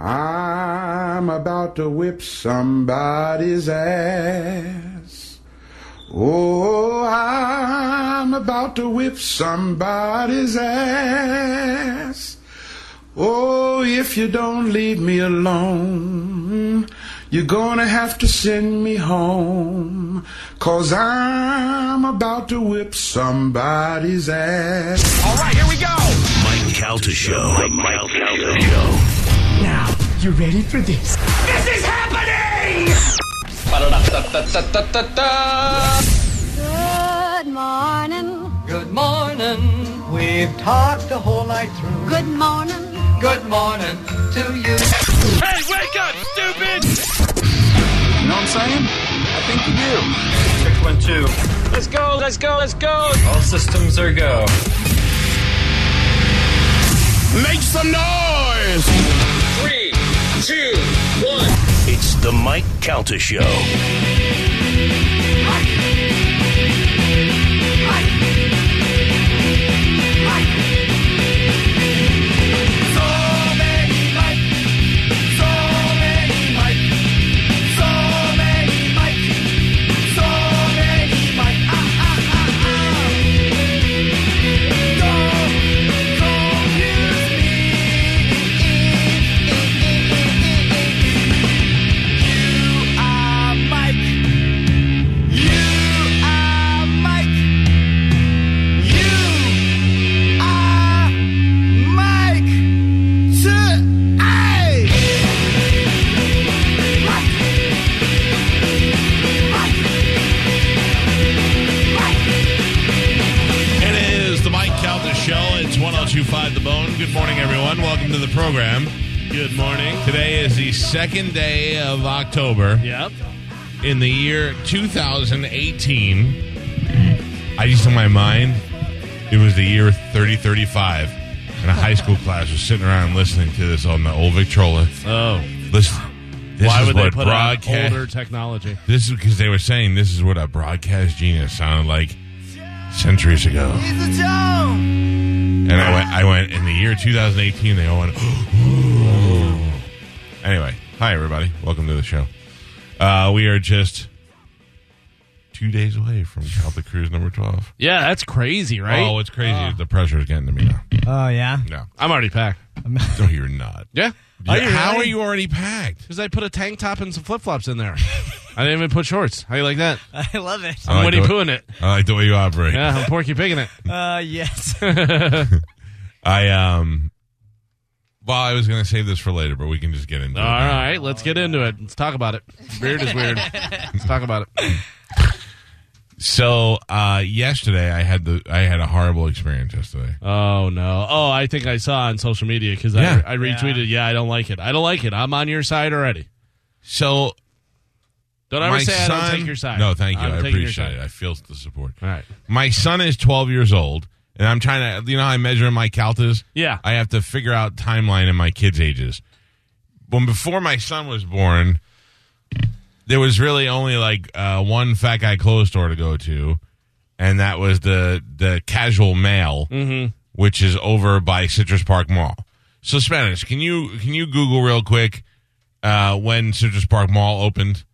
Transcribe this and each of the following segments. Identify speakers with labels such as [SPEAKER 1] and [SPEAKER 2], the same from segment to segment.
[SPEAKER 1] I'm about to whip somebody's ass. Oh, I'm about to whip somebody's ass. Oh, if you don't leave me alone, you're gonna have to send me home. Cause I'm about to whip somebody's ass.
[SPEAKER 2] All right, here we go.
[SPEAKER 3] Mike Calta Show. The Mike Calta Show.
[SPEAKER 4] Now, you ready for this?
[SPEAKER 2] This is happening.
[SPEAKER 5] Good morning.
[SPEAKER 6] Good morning. We've talked the whole night through.
[SPEAKER 5] Good morning.
[SPEAKER 6] Good morning to you.
[SPEAKER 2] Hey, wake up, stupid!
[SPEAKER 7] You know what I'm saying? I think you do.
[SPEAKER 6] Check one, two.
[SPEAKER 2] Let's go, let's go, let's go!
[SPEAKER 6] All systems are go.
[SPEAKER 7] Make some noise!
[SPEAKER 2] Three, two, one.
[SPEAKER 3] It's the Mike Calta Show.
[SPEAKER 8] It is the Mike Calta Show. It's 1025 The Bone. Good morning, everyone. Welcome to the program. Good morning. Today is the second day of October. Yep. In the year 2018. I just, in my mind, it was the year 3035. And a high school class was sitting around listening to this on the old Victrola.
[SPEAKER 9] Oh,
[SPEAKER 8] Listen, this
[SPEAKER 9] why
[SPEAKER 8] is
[SPEAKER 9] would
[SPEAKER 8] what
[SPEAKER 9] they put on
[SPEAKER 8] broadcast.
[SPEAKER 9] older technology?
[SPEAKER 8] This is because they were saying this is what a broadcast genius sounded like centuries ago. And I went, I went in the year 2018. They all went. anyway, hi everybody, welcome to the show. Uh, we are just two days away from Calta Cruise number 12.
[SPEAKER 9] Yeah, that's crazy, right? Uh,
[SPEAKER 8] Oh, it's crazy. the pressure is getting to me now.
[SPEAKER 10] Oh yeah.
[SPEAKER 8] No,
[SPEAKER 9] I'm already packed.
[SPEAKER 8] no, you're not.
[SPEAKER 9] Yeah.
[SPEAKER 8] You- how are you already packed?
[SPEAKER 9] Because I put a tank top and some flip flops in there. I didn't even put shorts. How you like that?
[SPEAKER 10] I love it.
[SPEAKER 8] I
[SPEAKER 9] I'm
[SPEAKER 8] like
[SPEAKER 9] Winnie
[SPEAKER 8] the-
[SPEAKER 9] Poohing it.
[SPEAKER 8] I like the way you operate.
[SPEAKER 9] Yeah, I'm Porky Pigging it.
[SPEAKER 10] Uh, yes.
[SPEAKER 8] I um. Well, I was going to save this for later, but we can just get into
[SPEAKER 9] All
[SPEAKER 8] it. now.
[SPEAKER 9] right, let's get into it. Let's talk about it. Weird is weird. Let's talk about it.
[SPEAKER 8] So uh, yesterday, I had the I had a horrible experience yesterday.
[SPEAKER 9] Oh no! Oh, I think I saw on social media because
[SPEAKER 8] Yeah.
[SPEAKER 9] I, I retweeted. Yeah. I don't like it. I don't like it. I'm on your side already.
[SPEAKER 8] So
[SPEAKER 9] Don't ever
[SPEAKER 8] my
[SPEAKER 9] say
[SPEAKER 8] son,
[SPEAKER 9] I don't take your side.
[SPEAKER 8] No, thank you.
[SPEAKER 9] I'm
[SPEAKER 8] i
[SPEAKER 9] taking your
[SPEAKER 8] appreciate
[SPEAKER 9] side.
[SPEAKER 8] it. I feel the support.
[SPEAKER 9] All right.
[SPEAKER 8] My son is 12 years old, and I'm trying to. You know, how I measure my caltas.
[SPEAKER 9] Yeah.
[SPEAKER 8] I have to figure out timeline in my kids' ages. When before my son was born, there was really only like uh, one fat guy clothes store to go to, and that was the the casual mail,
[SPEAKER 9] Mm-hmm.
[SPEAKER 8] which is over by Citrus Park Mall. So Spanish, can you can you Google real quick uh, when Citrus Park Mall opened?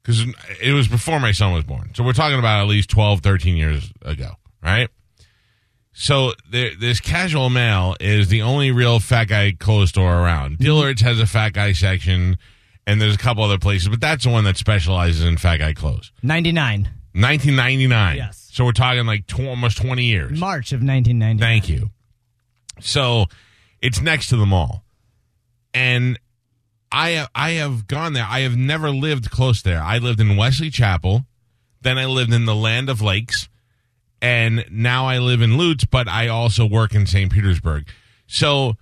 [SPEAKER 8] Because it was before my son was born, so we're talking about at least 12, 13 years ago, right? So there, this casual mail is the only real fat guy clothes store around. Dillard's has a fat guy section, and there's a couple other places, but that's the one that specializes in fat guy clothes.
[SPEAKER 10] Ninety nine.
[SPEAKER 8] 1999.
[SPEAKER 10] Yes.
[SPEAKER 8] So we're talking like tw- almost 20 years.
[SPEAKER 10] March of nineteen ninety.
[SPEAKER 8] Thank you. So it's next to the mall. And I I have gone there. I have never lived close there. I lived in Wesley Chapel, then I lived in the Land of Lakes, and now I live in Lutz, but I also work in St. Petersburg. So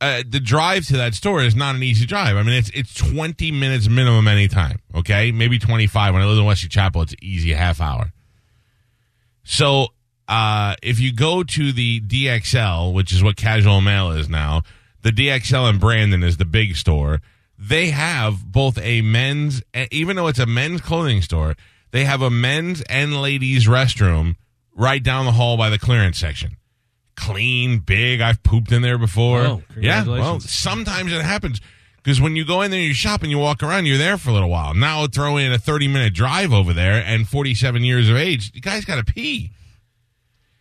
[SPEAKER 8] uh, the drive to that store is not an easy drive. I mean, it's it's 20 minutes minimum anytime, okay? Maybe 25. When I lived in Wesley Chapel, it's an easy half hour. So uh, if you go to the DXL, which is what Casual Mail is now, the DXL in Brandon is the big store. They have both a men's, eh, even though it's a men's clothing store, they have a men's and ladies' restroom right down the hall by the clearance section clean, big. I've pooped in there before.
[SPEAKER 9] Whoa,
[SPEAKER 8] yeah, well,
[SPEAKER 9] congratulations.
[SPEAKER 8] sometimes it happens because when you go in there, you shop and you walk around, you're there for a little while. Now throw in a 30 minute drive over there, and 47 years of age, the guy's got to pee.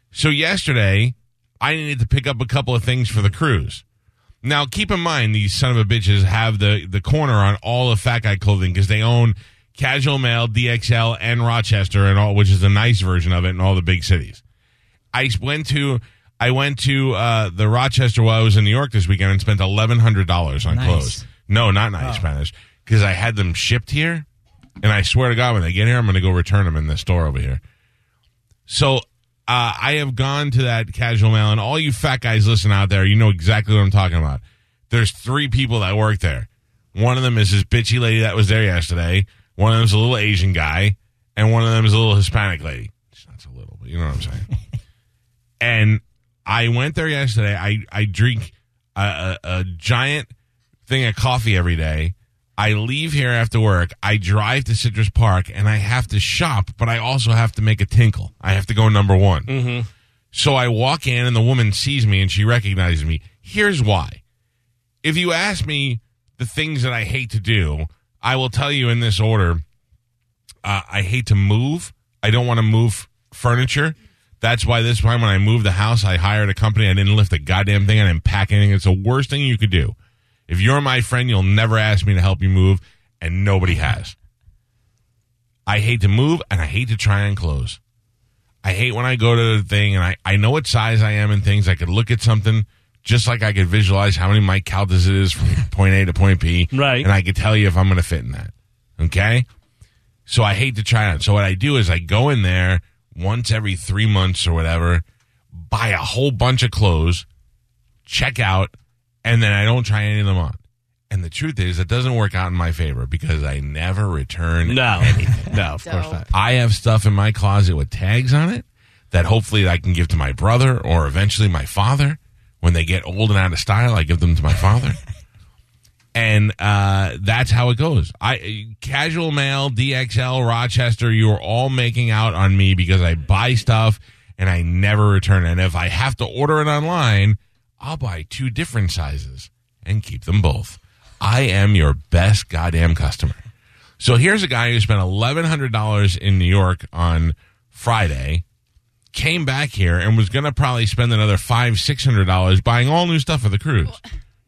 [SPEAKER 8] So yesterday, I needed to pick up a couple of things for the cruise. Now, keep in mind, these son of a bitches have the, the corner on all of Fat Guy clothing because they own Casual Mail, DXL, and Rochester, and all, which is a nice version of it in all the big cities. I went to I went to uh, the Rochester while I was in New York this weekend and spent eleven hundred dollars on
[SPEAKER 10] Nice.
[SPEAKER 8] clothes. No, not nice Spanish because I had them shipped here, and I swear to God, when they get here, I'm going to go return them in the store over here. So uh, I have gone to that casual mail, and all you fat guys listen out there, you know exactly what I'm talking about. There's three people that work there. One of them is this bitchy lady that was there yesterday. One of them's a little Asian guy, and one of them is a little Hispanic lady. She's not so little, but you know what I'm saying. and I went there yesterday. I I drink a, a, a giant thing of coffee every day. I leave here after work. I drive to Citrus Park and I have to shop, but I also have to make a tinkle. I have to go number one.
[SPEAKER 9] Mm-hmm.
[SPEAKER 8] So I walk in and the woman sees me and she recognizes me. Here's why. If you ask me the things that I hate to do, I will tell you in this order. Uh, I hate to move. I don't want to move furniture. That's why this time when I moved the house, I hired a company. I didn't lift a goddamn thing. I didn't pack anything. It's the worst thing you could do. If you're my friend, you'll never ask me to help you move, and nobody has. I hate to move, and I hate to try on clothes. I hate when I go to the thing and I, I know what size I am and things. I could look at something just like I could visualize how many Mike Caldas it is from point A to point B.
[SPEAKER 9] Right.
[SPEAKER 8] And I could tell you if I'm going to fit in that. Okay. So I hate to try on. So what I do is I go in there once every three months or whatever, buy a whole bunch of clothes, check out, and then I don't try any of them on. And the truth is, it doesn't work out in my favor because I never return
[SPEAKER 9] No.
[SPEAKER 8] anything.
[SPEAKER 9] No, of course not.
[SPEAKER 8] I have stuff in my closet with tags on it that hopefully I can give to my brother or eventually my father. When they get old and out of style, I give them to my father. and uh, that's how it goes. I casual mail, DXL, Rochester, you are all making out on me because I buy stuff and I never return it. And if I have to order it online, I'll buy two different sizes and keep them both. I am your best goddamn customer. So here's a guy who spent eleven hundred dollars in New York on Friday, came back here and was going to probably spend another five six hundred dollars buying all new stuff for the cruise.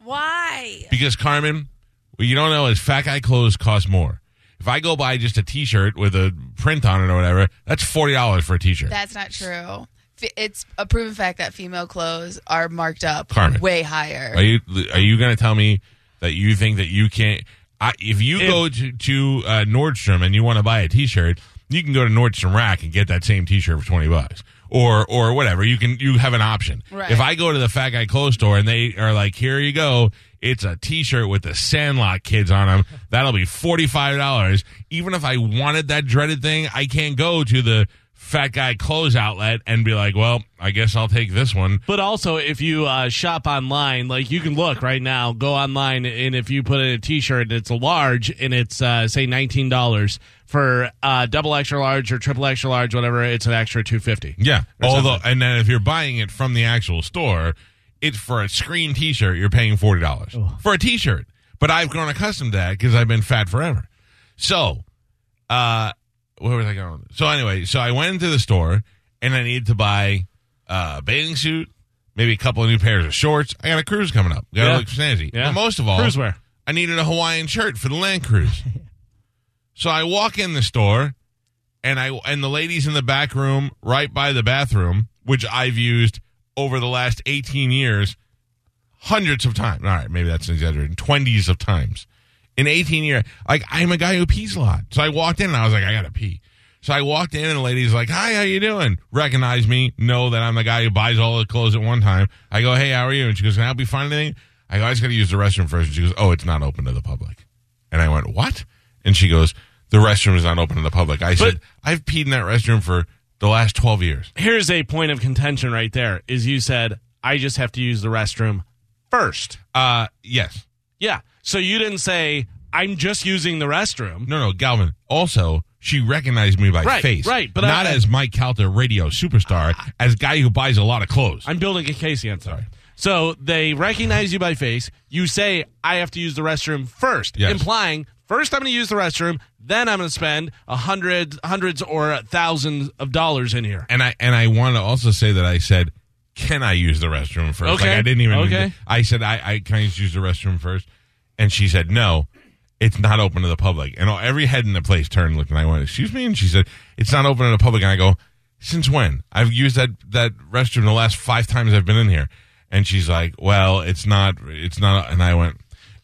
[SPEAKER 11] Why?
[SPEAKER 8] Because Carmen, what you don't know is fat guy clothes cost more. If I go buy just a T-shirt with a print on it or whatever, that's forty dollars for a T-shirt.
[SPEAKER 11] That's not true. F- It's a proven fact that female clothes are marked up
[SPEAKER 8] Carmen.
[SPEAKER 11] way higher.
[SPEAKER 8] Are you are you going to tell me that you think that you can't? I, if you go to, to uh, Nordstrom and you want to buy a T-shirt, you can go to Nordstrom Rack and get that same T-shirt for twenty bucks, or or whatever. You can you have an option.
[SPEAKER 11] Right.
[SPEAKER 8] If I go to the Fat Guy Clothes Store and they are like, "Here you go," it's a T-shirt with the Sandlot kids on them. That'll be forty five dollars. Even if I wanted that dreaded thing, I can't go to the Fat Guy Clothes outlet and be like, "Well, I guess I'll take this one."
[SPEAKER 9] But also, if you uh, shop online, like you can look right now, go online, and if you put in a T-shirt, and it's a large, and it's uh, say nineteen dollars for uh, double extra large or triple extra large, whatever. It's an extra two fifty.
[SPEAKER 8] Yeah.
[SPEAKER 9] or
[SPEAKER 8] Although,
[SPEAKER 9] something.
[SPEAKER 8] and then if you're buying it from the actual store, it's for a screen T-shirt. You're paying forty dollars for a T-shirt. But I've grown accustomed to that because I've been fat forever. So, uh, where was I going? with this? So anyway, so I went into the store and I needed to buy uh, a bathing suit, maybe a couple of new pairs of shorts. I got a cruise coming up. Got to
[SPEAKER 9] Yeah.
[SPEAKER 8] look snazzy.
[SPEAKER 9] Yeah.
[SPEAKER 8] But most of all,
[SPEAKER 9] Cruise wear.
[SPEAKER 8] I needed a Hawaiian shirt for the land cruise. so I walk in the store and I and the ladies in the back room right by the bathroom, which I've used over the last 18 years hundreds of times. All right, maybe that's an exaggeration. 20s of times. In 18 year, like I'm a guy who pees a lot. So I walked in and I was like I got to pee. So I walked in and the lady's like, "Hi, how you doing?" Recognize me, know that I'm the guy who buys all the clothes at one time. I go, "Hey, how are you?" And she goes, "Can I help you find anything?" I go, I just got to use the restroom first. And she goes, Oh, it's not open to the public. And I went, What? And she goes, The restroom is not open to the public. I said, I've peed in that restroom for the last 12 years.
[SPEAKER 9] Here's a point of contention right there is you said, I just have to use the restroom first.
[SPEAKER 8] Uh, yes.
[SPEAKER 9] Yeah. So you didn't say, I'm just using the restroom.
[SPEAKER 8] No, no, Galvin. Also, she recognized me by
[SPEAKER 9] Right,
[SPEAKER 8] face.
[SPEAKER 9] right, but
[SPEAKER 8] not
[SPEAKER 9] I-
[SPEAKER 8] as Mike Calter, radio superstar, as guy who buys a lot of clothes.
[SPEAKER 9] I'm building a case against them. So they recognize you by face. You say, I have to use the restroom first,
[SPEAKER 8] Yes.
[SPEAKER 9] implying, first I'm going to use the restroom, then I'm going to spend a hundred, hundreds or thousands of dollars in here.
[SPEAKER 8] and I and I want to also say that I said, "Can I use the restroom first?
[SPEAKER 9] Okay.
[SPEAKER 8] Like I didn't even.
[SPEAKER 9] Okay.
[SPEAKER 8] I said, "I, I can I just use the restroom first? And she said, "No, it's not open to the public." And all, every head in the place turned, looked, and I went, "Excuse me?" And she said, "It's not open to the public." And I go, "Since when? I've used that that restroom the last five times I've been in here." And she's like, "Well, it's not. It's not." And I went,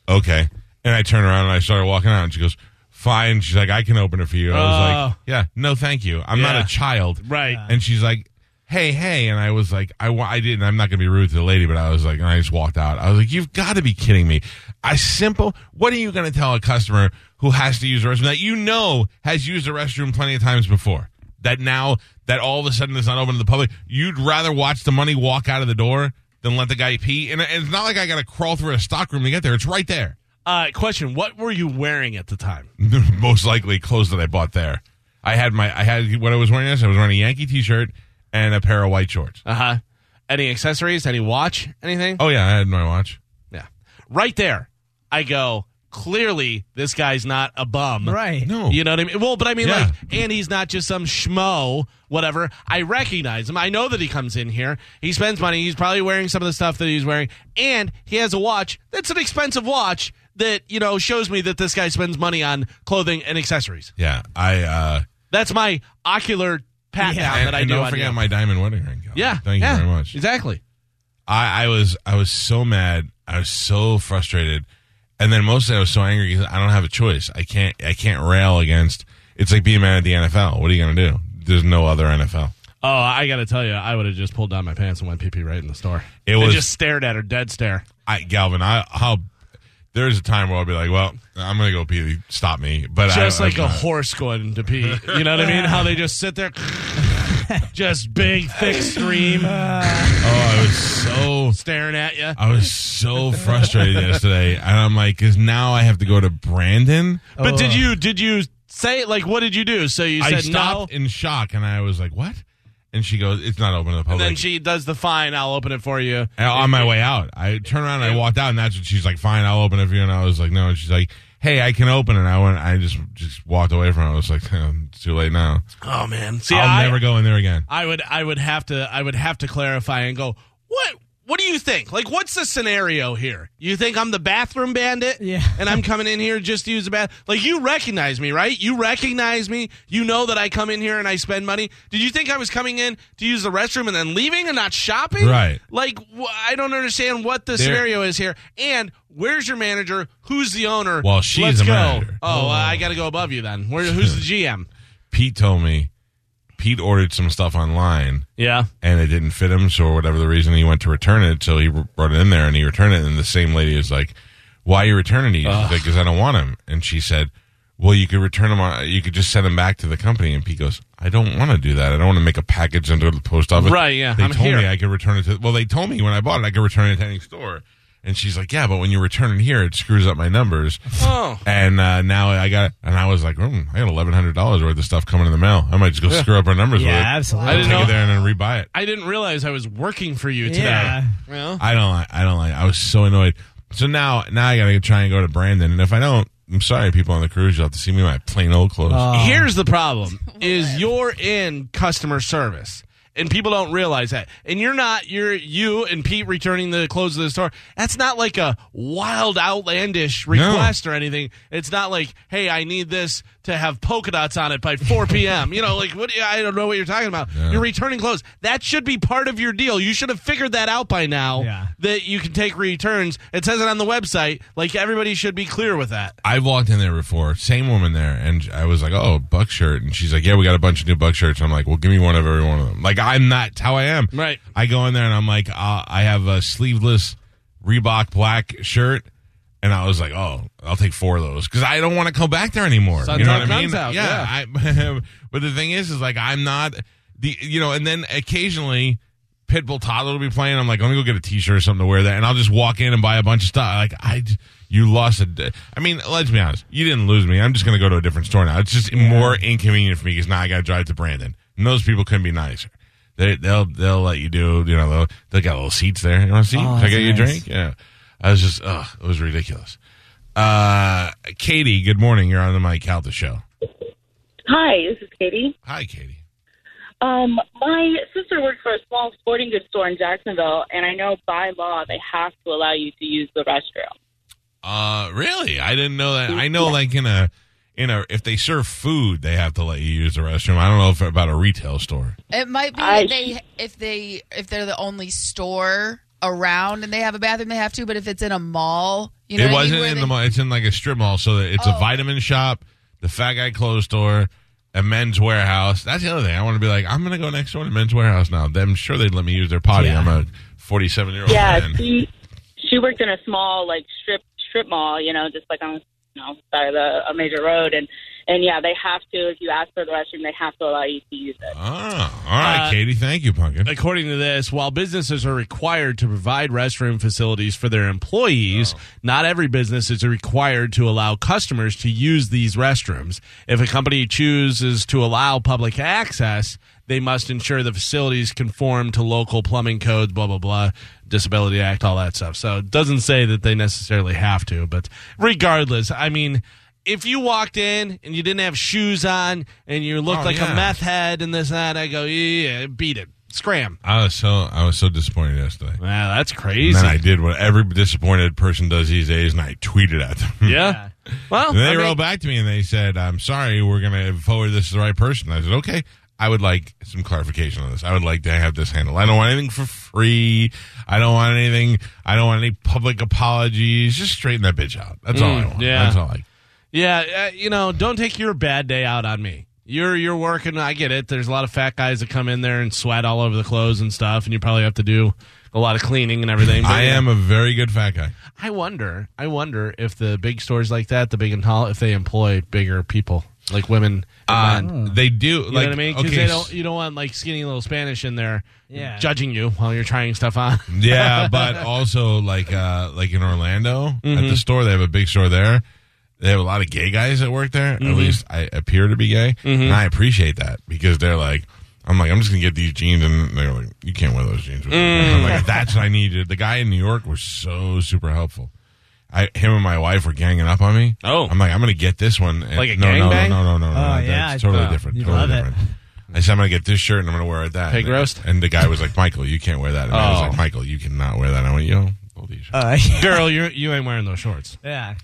[SPEAKER 8] "Okay." And I turned around and I started walking out, and she goes. Fine. She's like, I can open it for you. I was
[SPEAKER 9] Oh.
[SPEAKER 8] like, Yeah, no, thank you. I'm not
[SPEAKER 9] Yeah.
[SPEAKER 8] a child.
[SPEAKER 9] Right.
[SPEAKER 8] And she's like, "Hey, hey!" And I was like, "I, wa- I didn't. I'm not going to be rude to the lady, but I was like, and I just walked out. I was like, "You've got to be kidding me!" I simple. What are you going to tell a customer who has to use a restroom that you know has used a restroom plenty of times before? That now that all of a sudden is not open to the public. You'd rather watch the money walk out of the door than let the guy pee. And, and it's not like I got to crawl through a stockroom to get there. It's right there.
[SPEAKER 9] Uh, question What were you wearing at the time?
[SPEAKER 8] most likely clothes that I bought there. I had my I had what I was wearing. This I was wearing a Yankee T-shirt and a pair of white shorts.
[SPEAKER 9] Uh huh. Any accessories? Any watch? Anything?
[SPEAKER 8] Oh yeah, I had my watch.
[SPEAKER 9] Yeah. Right there, I go, clearly this guy's not a bum.
[SPEAKER 10] Right.
[SPEAKER 8] No.
[SPEAKER 9] You know what I mean? Well, but I mean,
[SPEAKER 8] Yeah.
[SPEAKER 9] like, and he's not just some schmo, whatever. I recognize him. I know that he comes in here. He spends money. He's probably wearing some of the stuff that he's wearing. And he has a watch that's an expensive watch that, you know, shows me that this guy spends money on clothing and accessories.
[SPEAKER 8] Yeah, I uh
[SPEAKER 9] That's my ocular pat down
[SPEAKER 8] and,
[SPEAKER 9] that I
[SPEAKER 8] and
[SPEAKER 9] do
[SPEAKER 8] don't
[SPEAKER 9] on
[SPEAKER 8] forget
[SPEAKER 9] you.
[SPEAKER 8] my diamond wedding ring. Kelly.
[SPEAKER 9] yeah.
[SPEAKER 8] Thank
[SPEAKER 9] yeah,
[SPEAKER 8] you very much.
[SPEAKER 9] Exactly.
[SPEAKER 8] I, I was I was so mad. I was so frustrated, and then mostly I was so angry because I don't have a choice. I can't I can't rail against. It's like being mad at the NFL. What are you going to do? There's no other NFL.
[SPEAKER 9] Oh, I got to tell you, I would have just pulled down my pants and went pee pee right in the store.
[SPEAKER 8] It
[SPEAKER 9] And
[SPEAKER 8] was-
[SPEAKER 9] just stared at her dead stare.
[SPEAKER 8] I Galvin, I how there's a time where I'll be like, well, I'm going to go pee. Stop me, but
[SPEAKER 9] just
[SPEAKER 8] I,
[SPEAKER 9] like
[SPEAKER 8] a
[SPEAKER 9] a horse going to pee. You know what I mean? How they just sit there, just big thick stream
[SPEAKER 8] Oh, I was so
[SPEAKER 9] staring at you.
[SPEAKER 8] I was so frustrated yesterday, and I'm like, because now I have to go to Brandon.
[SPEAKER 9] But did you did you say like what did you do? So Oh, you
[SPEAKER 8] I
[SPEAKER 9] said no,
[SPEAKER 8] stopped in shock, and I was like, "What?" And she goes, "It's not open to the
[SPEAKER 9] and
[SPEAKER 8] public."
[SPEAKER 9] then she does the fine. I'll open it for you.
[SPEAKER 8] And on my way out, I turned around and I walked out, and that's when she's like, "Fine, I'll open it for you." And I was like, "No," and she's like, "Hey, I can open it." And I went, I just just walked away from. It. I was like, "It's too late now.
[SPEAKER 9] Oh man, see,
[SPEAKER 8] I'll
[SPEAKER 9] I,
[SPEAKER 8] never go in there again."
[SPEAKER 9] I would I would have to I would have to clarify and go what. What do you think? Like, what's the scenario here? You think I'm the bathroom bandit?
[SPEAKER 10] Yeah.
[SPEAKER 9] And I'm coming in here just to use the bath. Like, you recognize me, right? You recognize me. You know that I come in here and I spend money. Did you think I was coming in to use the restroom and then leaving and not shopping?
[SPEAKER 8] Right.
[SPEAKER 9] Like, wh- I don't understand what the
[SPEAKER 8] There-
[SPEAKER 9] scenario is here. And where's your manager? Who's the owner?
[SPEAKER 8] Well, she's
[SPEAKER 9] Let's
[SPEAKER 8] the
[SPEAKER 9] go.
[SPEAKER 8] manager.
[SPEAKER 9] Oh, well, I got to go above you then. Where, who's the GM?
[SPEAKER 8] Pete told me Pete ordered some stuff online.
[SPEAKER 9] Yeah.
[SPEAKER 8] and it didn't fit him. So, whatever the reason, he went to return it. So he brought it in there and he returned it. And the same lady is like, "Why are you returning these?" He's like, "Because I don't want them." And she said, "Well, you could return them. On, you could just send them back to the company." And Pete goes, "I don't want to do that. I don't want to make a package and go to the post office."
[SPEAKER 9] Right, yeah,
[SPEAKER 8] They
[SPEAKER 9] I'm
[SPEAKER 8] told
[SPEAKER 9] here.
[SPEAKER 8] me I could return it to. Well, they told me when I bought it, I could return it to any store. And she's like, "Yeah, but when you return it here, it screws up my numbers."
[SPEAKER 9] Oh.
[SPEAKER 8] And uh, now I got, and I was like, mm, "I got eleven hundred dollars worth of stuff coming in the mail. I might just go screw up our numbers
[SPEAKER 10] Yeah,
[SPEAKER 8] with it.
[SPEAKER 10] absolutely.
[SPEAKER 9] I
[SPEAKER 8] Take
[SPEAKER 9] didn't know-
[SPEAKER 8] it there and then rebuy it."
[SPEAKER 9] I didn't realize I was working for you today.
[SPEAKER 10] Yeah.
[SPEAKER 9] Well,
[SPEAKER 8] I don't like. I don't like. I was so annoyed. So now, now I gotta try and go to Brandon. And if I don't, I'm sorry, people on the cruise. You'll have to see me in my plain old clothes.
[SPEAKER 9] here's the problem: is you're in customer service, and people don't realize that. And you're not. You're you and Pete returning the clothes to the store. That's not like a wild, outlandish request or anything. It's not like, hey, I need this to have polka dots on it by 4 p.m. you know, like what? I don't know what you're talking about. You're returning clothes. That should be part of your deal. You should have figured that out by now.
[SPEAKER 10] Yeah.
[SPEAKER 9] That you can take returns. It says it on the website. Like everybody should be clear with that.
[SPEAKER 8] I've walked in there before. Same woman there, and I was like, "Oh, buck shirt," and she's like, "Yeah, we got a bunch of new buck shirts." I'm like, "Well, give me one of every one of them." Like, I'm not that's how I am.
[SPEAKER 9] Right.
[SPEAKER 8] I go in there and I'm like, uh, I have a sleeveless Reebok black shirt. And I was like, oh, I'll take four of those because I don't want to come back there anymore.
[SPEAKER 9] Sun's
[SPEAKER 8] you know
[SPEAKER 9] out,
[SPEAKER 8] what I mean?
[SPEAKER 9] guns out,
[SPEAKER 8] I, but the thing is, is like I'm not the you know. And then occasionally, Pitbull Toddler will be playing. I'm like, let me go get a T-shirt or something to wear that, and I'll just walk in and buy a bunch of stuff. Like I, you lost a. d- I mean, let's be honest, you didn't lose me. I'm just gonna go to a different store now. It's just more inconvenient for me because now I got to drive to Brandon, and those people couldn't be nicer. They, they'll they'll let you do. You know, they'll, they got little seats there. You want a seat?
[SPEAKER 10] Oh,
[SPEAKER 8] Can I
[SPEAKER 10] that's
[SPEAKER 8] get you a
[SPEAKER 10] nice.
[SPEAKER 8] drink? Yeah. I was just, ugh, it was ridiculous. Uh, Katie, good morning. You're on the Mike Calta show.
[SPEAKER 12] Hi, this is Katie.
[SPEAKER 8] Hi, Katie.
[SPEAKER 12] Um, my sister works for a small sporting goods store in Jacksonville, and I know by law they have to allow you to use the restroom.
[SPEAKER 8] Uh, really? I didn't know that. I know, like in a, in a, if they serve food, they have to let you use the restroom. I don't know if about a retail store.
[SPEAKER 11] It might be
[SPEAKER 12] I-
[SPEAKER 11] they if they if they're the only store around and they have a bathroom they have to, but if it's in a mall, you know,
[SPEAKER 8] it
[SPEAKER 11] what I mean,
[SPEAKER 8] wasn't
[SPEAKER 11] where
[SPEAKER 8] in
[SPEAKER 11] they-
[SPEAKER 8] the mall. It's in like a strip mall. So that it's a
[SPEAKER 11] Oh.
[SPEAKER 8] vitamin shop, the Fat Guy clothes store, a men's warehouse. That's the other thing. I want to be like, I'm going to go next door to men's warehouse now. I'm sure they'd let me use their potty. I'm a 47 year old
[SPEAKER 12] yeah,
[SPEAKER 8] man.
[SPEAKER 12] she she worked in a small like strip strip mall, you know, just like on you know side of the, a major road, and and yeah, they have to. If you ask for the restroom, they have to allow you to use it.
[SPEAKER 8] Oh, all right,
[SPEAKER 9] Uh,
[SPEAKER 8] Katie. Thank you, Pumpkin.
[SPEAKER 9] According to this, while businesses are required to provide restroom facilities for their employees, not every business is required to allow customers to use these restrooms. If a company chooses to allow public access, they must ensure the facilities conform to local plumbing codes, blah, blah, blah, Disability Act, all that stuff. So it doesn't say that they necessarily have to, but regardless, I mean, if you walked in and you didn't have shoes on and you looked
[SPEAKER 8] Oh,
[SPEAKER 9] like
[SPEAKER 8] yeah.
[SPEAKER 9] a meth head and this and that, I go, yeah, yeah, beat it. Scram.
[SPEAKER 8] I was so I was so disappointed yesterday.
[SPEAKER 9] Wow, that's
[SPEAKER 8] And
[SPEAKER 9] crazy.
[SPEAKER 8] then I did what every disappointed person does these days, and I tweeted at them.
[SPEAKER 9] yeah. Well,
[SPEAKER 8] And they
[SPEAKER 9] I mean,
[SPEAKER 8] wrote back to me and they said, "I'm sorry, we're going to forward this to the right person." I said, "Okay, I would like some clarification on this. I would like to have this handled. I don't want anything for free. I don't want anything. I don't want any public apologies. Just straighten that bitch out. That's all I
[SPEAKER 9] Mm,
[SPEAKER 8] want.
[SPEAKER 9] yeah.
[SPEAKER 8] That's all I.
[SPEAKER 9] yeah, uh, you know, don't take your bad day out on me. You're you're working. I get it. There's a lot of fat guys that come in there and sweat all over the clothes and stuff, and you probably have to do a lot of cleaning and everything. but-
[SPEAKER 8] I am a very good fat guy.
[SPEAKER 9] I wonder. I wonder if the big stores like that, the big and tall, if they employ bigger people like women.
[SPEAKER 8] Uh,
[SPEAKER 9] And men.
[SPEAKER 8] They do.
[SPEAKER 9] You
[SPEAKER 8] like,
[SPEAKER 9] know what I mean? Because
[SPEAKER 8] okay,
[SPEAKER 9] they don't. You don't want like skinny little Spanish in there,
[SPEAKER 10] Yeah.
[SPEAKER 9] judging you while you're trying stuff on.
[SPEAKER 8] Yeah, but also like uh like in Orlando
[SPEAKER 10] Mm-hmm.
[SPEAKER 8] at the store, they have a big store there. They have a lot of gay guys that work there.
[SPEAKER 10] Mm-hmm.
[SPEAKER 8] At least I appear to be gay, and I appreciate that because they're like, I'm like, I'm just gonna get these jeans, and they're like, you can't wear those jeans. With me. And I'm
[SPEAKER 10] Mm.
[SPEAKER 8] like, that's what I needed. The guy in New York was so super helpful. I, him and my wife were ganging up on me.
[SPEAKER 9] Oh.
[SPEAKER 8] I'm like, I'm gonna get this one. And-
[SPEAKER 9] Like a
[SPEAKER 8] no, no,
[SPEAKER 9] gangbang?
[SPEAKER 8] no, no, no, no,
[SPEAKER 10] Oh,
[SPEAKER 8] no.
[SPEAKER 10] yeah,
[SPEAKER 8] That's totally
[SPEAKER 10] I-
[SPEAKER 8] different.
[SPEAKER 10] you
[SPEAKER 8] Totally
[SPEAKER 10] love it.
[SPEAKER 8] different. I said, I'm going to get this shirt and I'm going to wear that.
[SPEAKER 9] Pig
[SPEAKER 8] and,
[SPEAKER 9] roast?
[SPEAKER 8] And the guy was like, Michael, you can't wear that. And I was
[SPEAKER 9] Oh.
[SPEAKER 8] like, Michael, you cannot wear that. And I went, yo, hold these. shorts."
[SPEAKER 10] Uh,
[SPEAKER 9] Girl, you you ain't wearing those shorts.
[SPEAKER 10] yeah.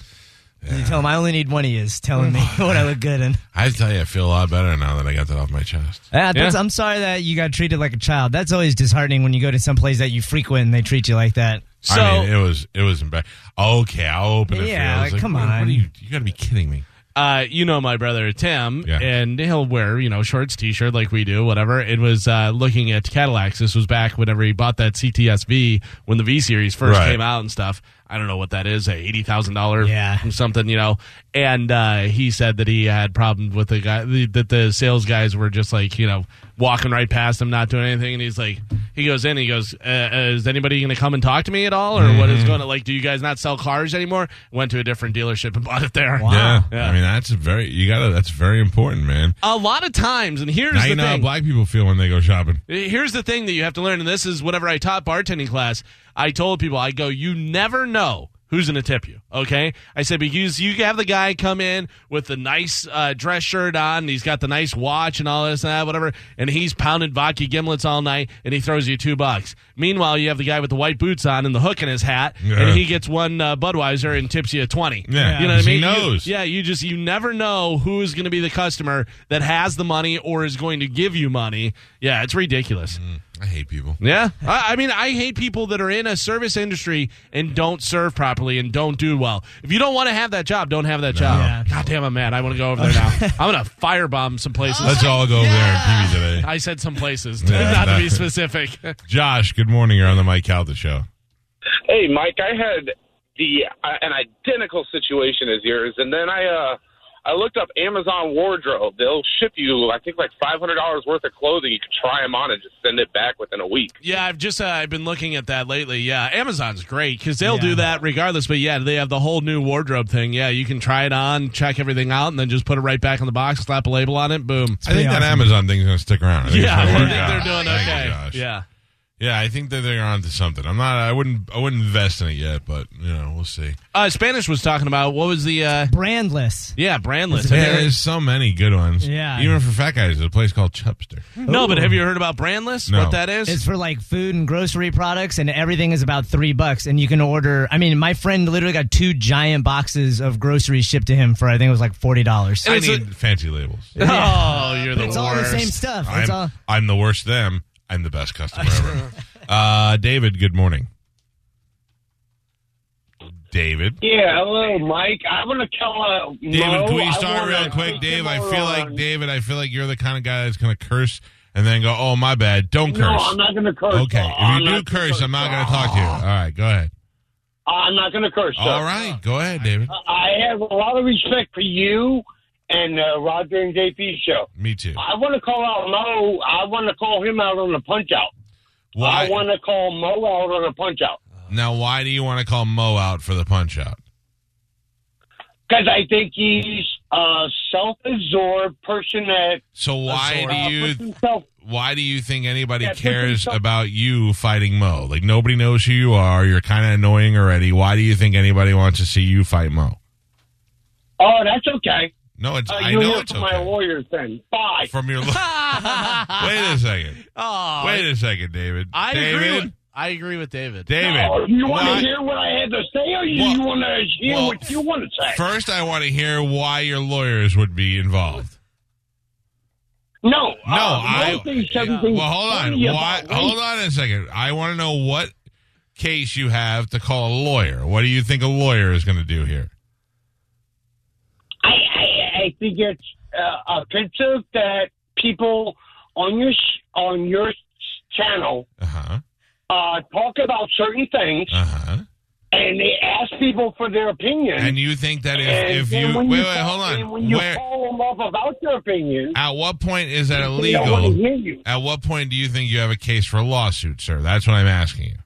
[SPEAKER 10] You tell him I only need one of you telling me what I look good in.
[SPEAKER 8] I have to tell you, I feel a lot better now that I got that off my chest.
[SPEAKER 10] Yeah, that's,
[SPEAKER 9] Yeah.
[SPEAKER 10] I'm sorry that you got treated like a child. That's always disheartening when you go to some place that you frequent and they treat you like that.
[SPEAKER 9] So
[SPEAKER 8] I mean, it was, it was embarrassing. Okay, I'll open it for you.
[SPEAKER 10] Yeah,
[SPEAKER 8] I was
[SPEAKER 10] like, come
[SPEAKER 8] what, What
[SPEAKER 10] on.
[SPEAKER 8] are you, you got to be kidding me.
[SPEAKER 9] uh, you know my brother Tim,
[SPEAKER 8] Yeah.
[SPEAKER 9] and he'll wear you know shorts, t-shirt like we do, whatever. It was uh, looking at Cadillacs. This was back whenever he bought that CTSV when the V series first
[SPEAKER 8] Right.
[SPEAKER 9] came out and stuff. I don't know what that is, a eighty thousand dollar
[SPEAKER 10] Yeah.
[SPEAKER 9] something, you know. And uh, he said that he had problems with the guy the, that the sales guys were just like you know walking right past him, not doing anything. And he's like, he goes in, he goes, uh, uh, is anybody going to come and talk to me at all, or what
[SPEAKER 8] Mm-hmm.
[SPEAKER 9] is going to like? Do you guys not sell cars anymore? Went to a different dealership and bought it there.
[SPEAKER 8] Yeah.
[SPEAKER 9] Yeah.
[SPEAKER 8] I mean, that's a very, you got to, that's very important, man.
[SPEAKER 9] A lot of times, and here's
[SPEAKER 8] now
[SPEAKER 9] the
[SPEAKER 8] you know how
[SPEAKER 9] thing.
[SPEAKER 8] black people feel when they go shopping.
[SPEAKER 9] Here's the thing that you have to learn, and this is whenever I taught bartending class, I told people, I go, you never know who's going to tip you. Okay, I said because you have the guy come in with the nice uh, dress shirt on, and he's got the nice watch and all this and that, whatever, and he's pounding vodka gimlets all night, and he throws you two bucks. Meanwhile, you have the guy with the white boots on and the hook in his hat,
[SPEAKER 8] Yeah.
[SPEAKER 9] and he gets one uh, Budweiser and tips you a twenty.
[SPEAKER 8] Yeah.
[SPEAKER 9] you know what I
[SPEAKER 8] He
[SPEAKER 9] mean. You-
[SPEAKER 8] knows.
[SPEAKER 9] yeah, you just you never know who is going to be the customer that has the money or is going to give you money. Yeah, it's ridiculous.
[SPEAKER 8] I hate people.
[SPEAKER 9] Yeah, I, I mean, I hate people that are in a service industry and don't serve properly and don't do well. If you don't want to have that job, don't have that job.
[SPEAKER 10] Yeah.
[SPEAKER 9] God damn, I'm mad. I want to go over there now. I'm going to firebomb some places.
[SPEAKER 8] Let's all go over there and pee today.
[SPEAKER 9] I said some places,
[SPEAKER 8] Yeah,
[SPEAKER 9] not to
[SPEAKER 8] no.
[SPEAKER 9] be specific.
[SPEAKER 8] Josh, good morning. You're on the Mike Calda show.
[SPEAKER 13] Hey, Mike, I had the uh, an identical situation as yours, and then I uh, I looked up Amazon wardrobe. They'll ship you, I think, like five hundred dollars worth of clothing. You can try them on and just send it back within a week.
[SPEAKER 1] Yeah, I've just uh, I've been looking at that lately. Yeah, Amazon's great because they'll do that regardless. But yeah, they have the whole new wardrobe thing. Yeah, you can try it on, check everything out, and then just put it right back in the box, slap a label on it, boom.
[SPEAKER 9] I think that Amazon thing's going to stick around. I think
[SPEAKER 1] Yeah,
[SPEAKER 9] it's gonna
[SPEAKER 1] I
[SPEAKER 9] work
[SPEAKER 1] think
[SPEAKER 9] out.
[SPEAKER 1] they're doing
[SPEAKER 9] Thank you,
[SPEAKER 1] okay.
[SPEAKER 9] Josh.
[SPEAKER 1] Yeah.
[SPEAKER 9] Yeah, I think that they're onto something. I'm not. I wouldn't. I wouldn't invest in it yet, but you know, we'll see.
[SPEAKER 1] Uh, Spanish was talking about what was the uh,
[SPEAKER 8] brandless?
[SPEAKER 1] Yeah, brandless. Have you
[SPEAKER 9] Yeah,
[SPEAKER 1] heard-
[SPEAKER 9] there's so many good ones.
[SPEAKER 8] Yeah.
[SPEAKER 9] even for fat guys, there's a place called Chubster.
[SPEAKER 1] No, but have you heard about brandless?
[SPEAKER 9] No.
[SPEAKER 1] What that is?
[SPEAKER 8] It's for like food and grocery products, and everything is about three bucks. And you can order. I mean, my friend literally got two giant boxes of groceries shipped to him for I think it was like forty dollars.
[SPEAKER 9] I need fancy labels.
[SPEAKER 1] Oh, you're the
[SPEAKER 8] It's
[SPEAKER 1] worst.
[SPEAKER 8] all the same stuff.
[SPEAKER 9] I'm,
[SPEAKER 8] It's all,
[SPEAKER 9] I'm the worst. Them. I'm the best customer ever. uh, David, good morning. David.
[SPEAKER 14] Yeah, hello, Mike. I want to tell uh,
[SPEAKER 9] David,
[SPEAKER 14] Mo,
[SPEAKER 9] can we
[SPEAKER 14] I
[SPEAKER 9] start
[SPEAKER 14] wanna
[SPEAKER 9] real quick,
[SPEAKER 14] take
[SPEAKER 9] Dave?
[SPEAKER 14] him
[SPEAKER 9] I
[SPEAKER 14] over
[SPEAKER 9] feel
[SPEAKER 14] on-
[SPEAKER 9] like David. I feel like you're the kind of guy that's going to curse and then go, "Oh, my bad. Don't curse."
[SPEAKER 14] No, I'm not going to curse.
[SPEAKER 9] Okay,
[SPEAKER 14] Oh, I'm
[SPEAKER 9] if you do
[SPEAKER 14] not gonna
[SPEAKER 9] curse, I'm not going to talk to you. All right, go ahead.
[SPEAKER 14] I'm not going to curse. sir.
[SPEAKER 9] All right, go ahead, David.
[SPEAKER 14] I have a lot of respect for you and uh, Roger and JP's show.
[SPEAKER 9] Me too.
[SPEAKER 14] I want to call out Mo. I want to call him out on a punch out.
[SPEAKER 9] Why-
[SPEAKER 14] I want to call Mo out on a punch out
[SPEAKER 9] Now, why do you want to call Mo out for the punch out?
[SPEAKER 14] because I think he's a self-absorbed person that
[SPEAKER 9] So why
[SPEAKER 14] uh,
[SPEAKER 9] do
[SPEAKER 14] puts
[SPEAKER 9] you
[SPEAKER 14] himself
[SPEAKER 9] why do you think anybody
[SPEAKER 14] Yeah, puts
[SPEAKER 9] cares
[SPEAKER 14] himself-
[SPEAKER 9] about you fighting Mo? Like nobody knows who you are. You're kind of annoying already. Why do you think anybody wants to see you fight Mo?
[SPEAKER 14] Oh, that's okay.
[SPEAKER 9] No, it's
[SPEAKER 14] Uh,
[SPEAKER 9] I
[SPEAKER 14] you'll
[SPEAKER 9] know
[SPEAKER 14] hear
[SPEAKER 9] it's
[SPEAKER 14] from
[SPEAKER 9] okay.
[SPEAKER 14] my lawyers then. Bye.
[SPEAKER 9] From your lo- wait a second.
[SPEAKER 1] Oh,
[SPEAKER 9] wait a second, David.
[SPEAKER 1] I
[SPEAKER 9] David,
[SPEAKER 1] agree. With, I agree with David.
[SPEAKER 9] David.
[SPEAKER 14] Oh, you want
[SPEAKER 9] why-
[SPEAKER 14] to hear what I had to say, or you,
[SPEAKER 9] Well-
[SPEAKER 14] want to hear
[SPEAKER 9] well,
[SPEAKER 14] what you want to say?
[SPEAKER 9] First, I want to hear why your lawyers would be involved.
[SPEAKER 14] no, uh,
[SPEAKER 9] No, I-
[SPEAKER 14] Well,
[SPEAKER 9] Well, hold on. Why? Hold on a second. I want to know what case you have to call a lawyer. What do you think a lawyer is going to do here?
[SPEAKER 14] I, I, I think it's uh, offensive that people on your sh- on your s- channel
[SPEAKER 9] Uh-huh.
[SPEAKER 14] uh, talk about certain things,
[SPEAKER 9] Uh-huh.
[SPEAKER 14] and they ask people for their opinion.
[SPEAKER 9] And you think that
[SPEAKER 14] and
[SPEAKER 9] if, if
[SPEAKER 14] then
[SPEAKER 9] you
[SPEAKER 14] when
[SPEAKER 9] wait, wait,
[SPEAKER 14] call-
[SPEAKER 9] hold
[SPEAKER 14] and
[SPEAKER 9] on.
[SPEAKER 14] when you
[SPEAKER 9] Where
[SPEAKER 14] call them up about their opinion,
[SPEAKER 9] at what point is that
[SPEAKER 14] they don't want to
[SPEAKER 9] illegal?
[SPEAKER 14] hear you.
[SPEAKER 9] At what point do you think you have a case for a lawsuit, sir? That's what I'm asking you.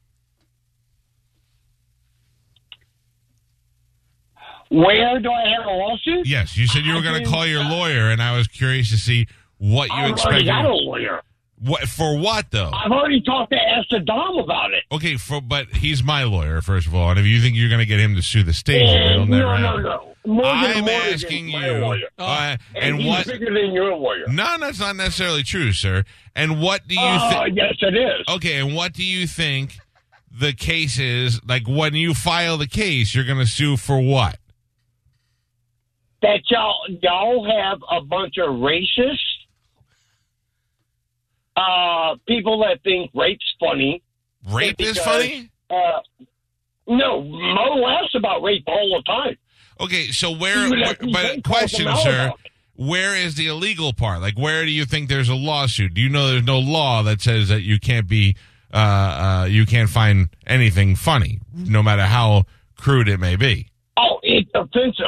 [SPEAKER 14] Where do I have a lawsuit?
[SPEAKER 9] Yes, you said you were going to
[SPEAKER 14] think-
[SPEAKER 9] call your lawyer, and I was curious to see what you
[SPEAKER 14] I've already
[SPEAKER 9] expected.
[SPEAKER 14] got a lawyer.
[SPEAKER 9] What for? What though?
[SPEAKER 14] I've already talked to Esther Dom about it.
[SPEAKER 9] Okay, for, but he's my lawyer, first of all. And if you think you're going to get him to sue the station,
[SPEAKER 14] And
[SPEAKER 9] it'll never
[SPEAKER 14] Oh, no, no,
[SPEAKER 9] happen.
[SPEAKER 14] no. Morgan
[SPEAKER 9] I'm
[SPEAKER 14] Morgan is
[SPEAKER 9] asking
[SPEAKER 14] my
[SPEAKER 9] you.
[SPEAKER 14] lawyer.
[SPEAKER 9] uh, and
[SPEAKER 14] he's
[SPEAKER 9] what?
[SPEAKER 14] bigger than your lawyer.
[SPEAKER 9] No, that's not necessarily true, sir. And what do you
[SPEAKER 14] Oh,
[SPEAKER 9] think?
[SPEAKER 14] yes, it is.
[SPEAKER 9] Okay, and what do you think the case is? Like, when you file the case, you're going to sue for what?
[SPEAKER 14] That y'all y'all have a bunch of racist uh, people that think rape's funny.
[SPEAKER 9] Rape is
[SPEAKER 14] Because,
[SPEAKER 9] funny?
[SPEAKER 14] Uh, no, Mo laughs about rape all the time.
[SPEAKER 9] Okay, so where,
[SPEAKER 14] You
[SPEAKER 9] where
[SPEAKER 14] let me
[SPEAKER 9] but
[SPEAKER 14] think all
[SPEAKER 9] question,
[SPEAKER 14] about
[SPEAKER 9] sir,
[SPEAKER 14] it.
[SPEAKER 9] where is the illegal part? Like, where do you think there's a lawsuit? Do you know there's no law that says that you can't be, uh, uh, you can't find anything funny, no matter how crude it may be?
[SPEAKER 14] Oh, it's offensive.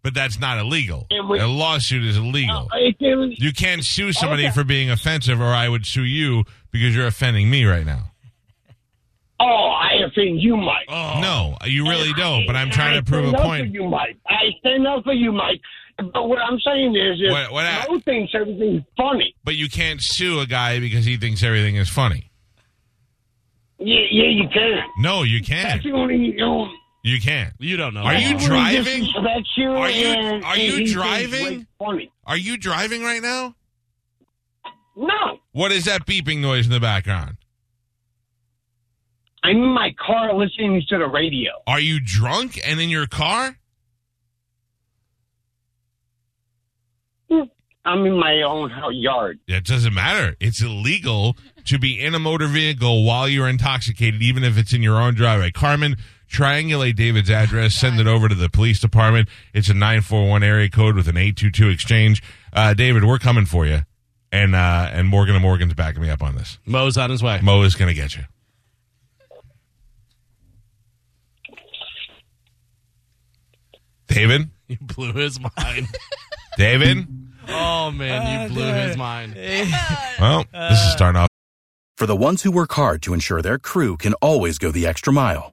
[SPEAKER 9] But that's not illegal.
[SPEAKER 14] And we-
[SPEAKER 9] a lawsuit is illegal.
[SPEAKER 14] It's,
[SPEAKER 9] you can't sue somebody
[SPEAKER 14] Uh, Okay.
[SPEAKER 9] for being offensive, or I would sue you because you're offending me right now.
[SPEAKER 14] oh, I offend you, Mike.
[SPEAKER 9] Oh, No, you really don't. But I'm trying
[SPEAKER 14] Oh. I
[SPEAKER 9] to prove
[SPEAKER 14] stand
[SPEAKER 9] a
[SPEAKER 14] up
[SPEAKER 9] point.
[SPEAKER 14] For you, Mike. I stand up for you, Mike. But what I'm saying is, is
[SPEAKER 9] What- what I-
[SPEAKER 14] Mo thinks everything's funny.
[SPEAKER 9] But you can't sue a guy because he thinks everything is funny.
[SPEAKER 14] Yeah, yeah, you can.
[SPEAKER 9] No, you can't.
[SPEAKER 14] That's the only. You know,
[SPEAKER 9] You can't.
[SPEAKER 1] You don't know.
[SPEAKER 9] Are
[SPEAKER 1] that.
[SPEAKER 9] you
[SPEAKER 14] that's the only
[SPEAKER 9] driving?
[SPEAKER 14] difference about you
[SPEAKER 9] Are you-
[SPEAKER 14] and-
[SPEAKER 9] are
[SPEAKER 14] and
[SPEAKER 9] you
[SPEAKER 14] he thinks
[SPEAKER 9] driving?
[SPEAKER 14] rape's Funny.
[SPEAKER 9] Are you driving right now?
[SPEAKER 14] No,
[SPEAKER 9] What is that beeping noise in the background?
[SPEAKER 14] I'm in my car listening to the radio.
[SPEAKER 9] Are you drunk and in your car?
[SPEAKER 14] I'm in my own ho- yard.
[SPEAKER 9] It doesn't matter. It's illegal to be in a motor vehicle while you're intoxicated, even if it's in your own driveway. Carmen, triangulate David's address, send it over to the police department. It's a 941 area code with an 822 exchange. Uh, David, we're coming for you. And uh, and Morgan and Morgan's backing me up on this.
[SPEAKER 1] Mo's on his way.
[SPEAKER 9] Mo is going to get you.
[SPEAKER 8] David?
[SPEAKER 15] You blew his mind.
[SPEAKER 8] David?
[SPEAKER 15] oh, man, you blew his mind.
[SPEAKER 8] Well, this is starting off.
[SPEAKER 9] For the ones who work hard to ensure their crew can always go the extra mile,